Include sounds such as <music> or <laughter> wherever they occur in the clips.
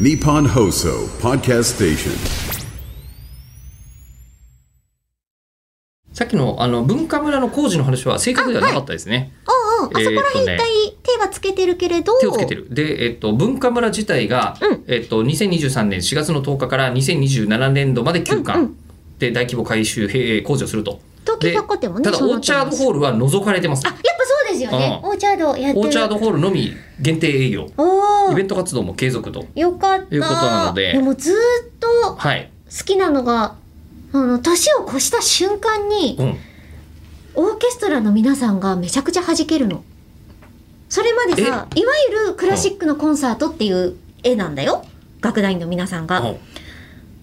Nippon Hoso Podcast Station. さっきのあの文化村の工事の話は正確ではなかったですね。うんうん、あそこえーら辺一とね回手はつけてるけれど、手をつけてる。で、えっと、文化村自体が、うんえっと、2023年4月の10日から2027年度まで休うんう館で大規模改修、へえ工事をすると。東で京百貨店もねただ、そうオなーってチますャードホールは除かれてますあ、。やっぱそうですよね。うオーチャードやってる。オーチャードホールのみ限定営業。おイーベント活動も継続と。よかった。いうことなのででもずーっと好はい。きなのが、あの、年を越した瞬間に、うん。オーケストラの皆さんがめちゃくちゃ弾けるの。それまでさ、いわゆるクラシックのコンサートっていう絵なんだよ。楽団員の皆さんが。うん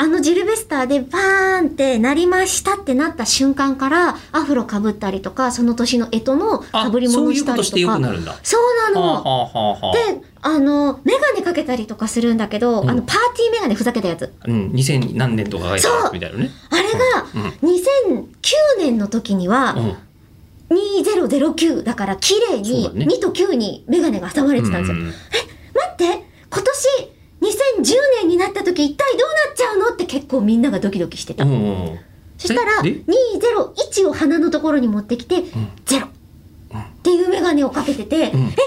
あのジルベスターでバーンってなりましたってなった瞬間からアフロかぶったりとかその年の干支のかあぶり、そ物ういうしこたとりしてとよかくなるんだ。そうなのはあはあはあであの眼鏡かけたりとかするんだけど、うんあのパーティー眼鏡ふざけたやつうん、2000何年とかがいいかそうみたいなね。あれうんが2009年の時にうはん。 2009だから綺麗そうだねに2と9に眼鏡が挟まれてたんですよ、うんうん待って今年2010年になった時一体どうなっちゃうのって結構みんながドキドキしてた、うんうん。そしたらでで201を鼻のところに持ってきて、ゼロっていう眼鏡をかけてて、んえ待って来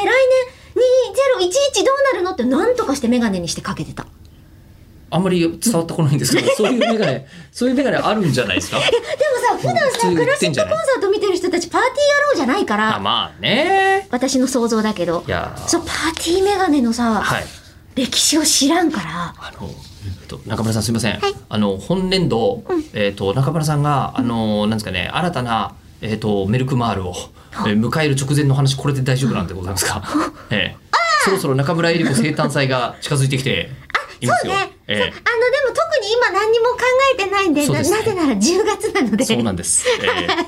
年2011どうなるのって何とかして眼鏡にしてかけてたあんまり伝わってこないんですけ <laughs> ど、そういうメガネ、そういうメガネあるんじゃないですか。でもさ普段さうん普通ク言ラっシてッんクじゃないコンサート見てる人たちパーティー野郎じゃないかあ、らまあね。私の想像だけどいやーそうパーティー眼鏡のさ、はい。歴史を知らんからあの、えっと、中村さんすみません。はいあの、本年度、えっと、中村さんが、あの、なんですかね、新たな、えっと、メルクマールを、えー迎える直前の話、これで大丈夫なんでございますか。ええそろそろ中村えり子生誕祭が近づいてきていますそうよ。ね、えそうあのでえも特に今何にも考えてないんでそうなですねなぜなら10月なのでそうなん <laughs> です。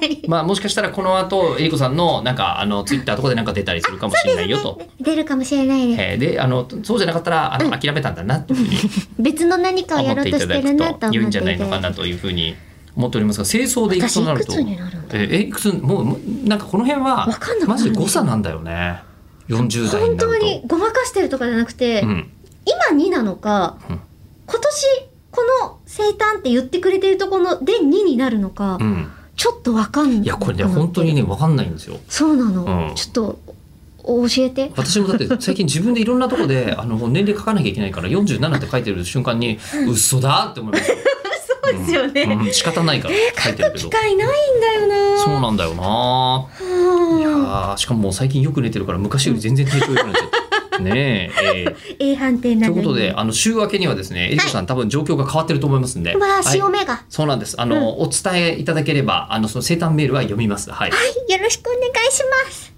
ええまあもしかしたらこの後えりこさんのなんかあ <laughs> のツイッターとかでなんか出たりするかもしれないよと。出るかもしれないです、えーであのそうじゃなかったらあの諦めたんだなというふうに別の何かをや思ろってういとたしてだるくなと思とっいていんいじゃてないのかなというふうに思っておりますが清掃でいくとなると私いくつになるんだえーえいくつもうもうなんかこの辺はわかんなくなるマジで誤差なんだよね40代に本な当ると。にごまかしてるとかじゃなくて、うん今2なのか、うん今年この生誕って言ってくれてるところで2になるのか、うん、ちょっとわかんないいやこれね本当にね分かんないんですよ。そうなの、うんちょっとお教えて私もだって最近自分でいろんなとこであの年齢書かなきゃいけないから47って書いてる瞬間に嘘だって思いました。そうですよね、うん、仕方ないから書いて書るくけ機ど。会ないんだよなそうなんだよな。いやーしかももう最近よく寝てるから昔より全然体調良くなっちゃった。ねえ。え <laughs> ー A 判定とないうのにことで、あの週明けにはですね、えりこさん、多分状況が変わってると思いますんで。うわー潮はい目が、はそうなんです。あの、お伝えいただければ、あのその生誕メールは読みます。はい。い、よろしくお願いします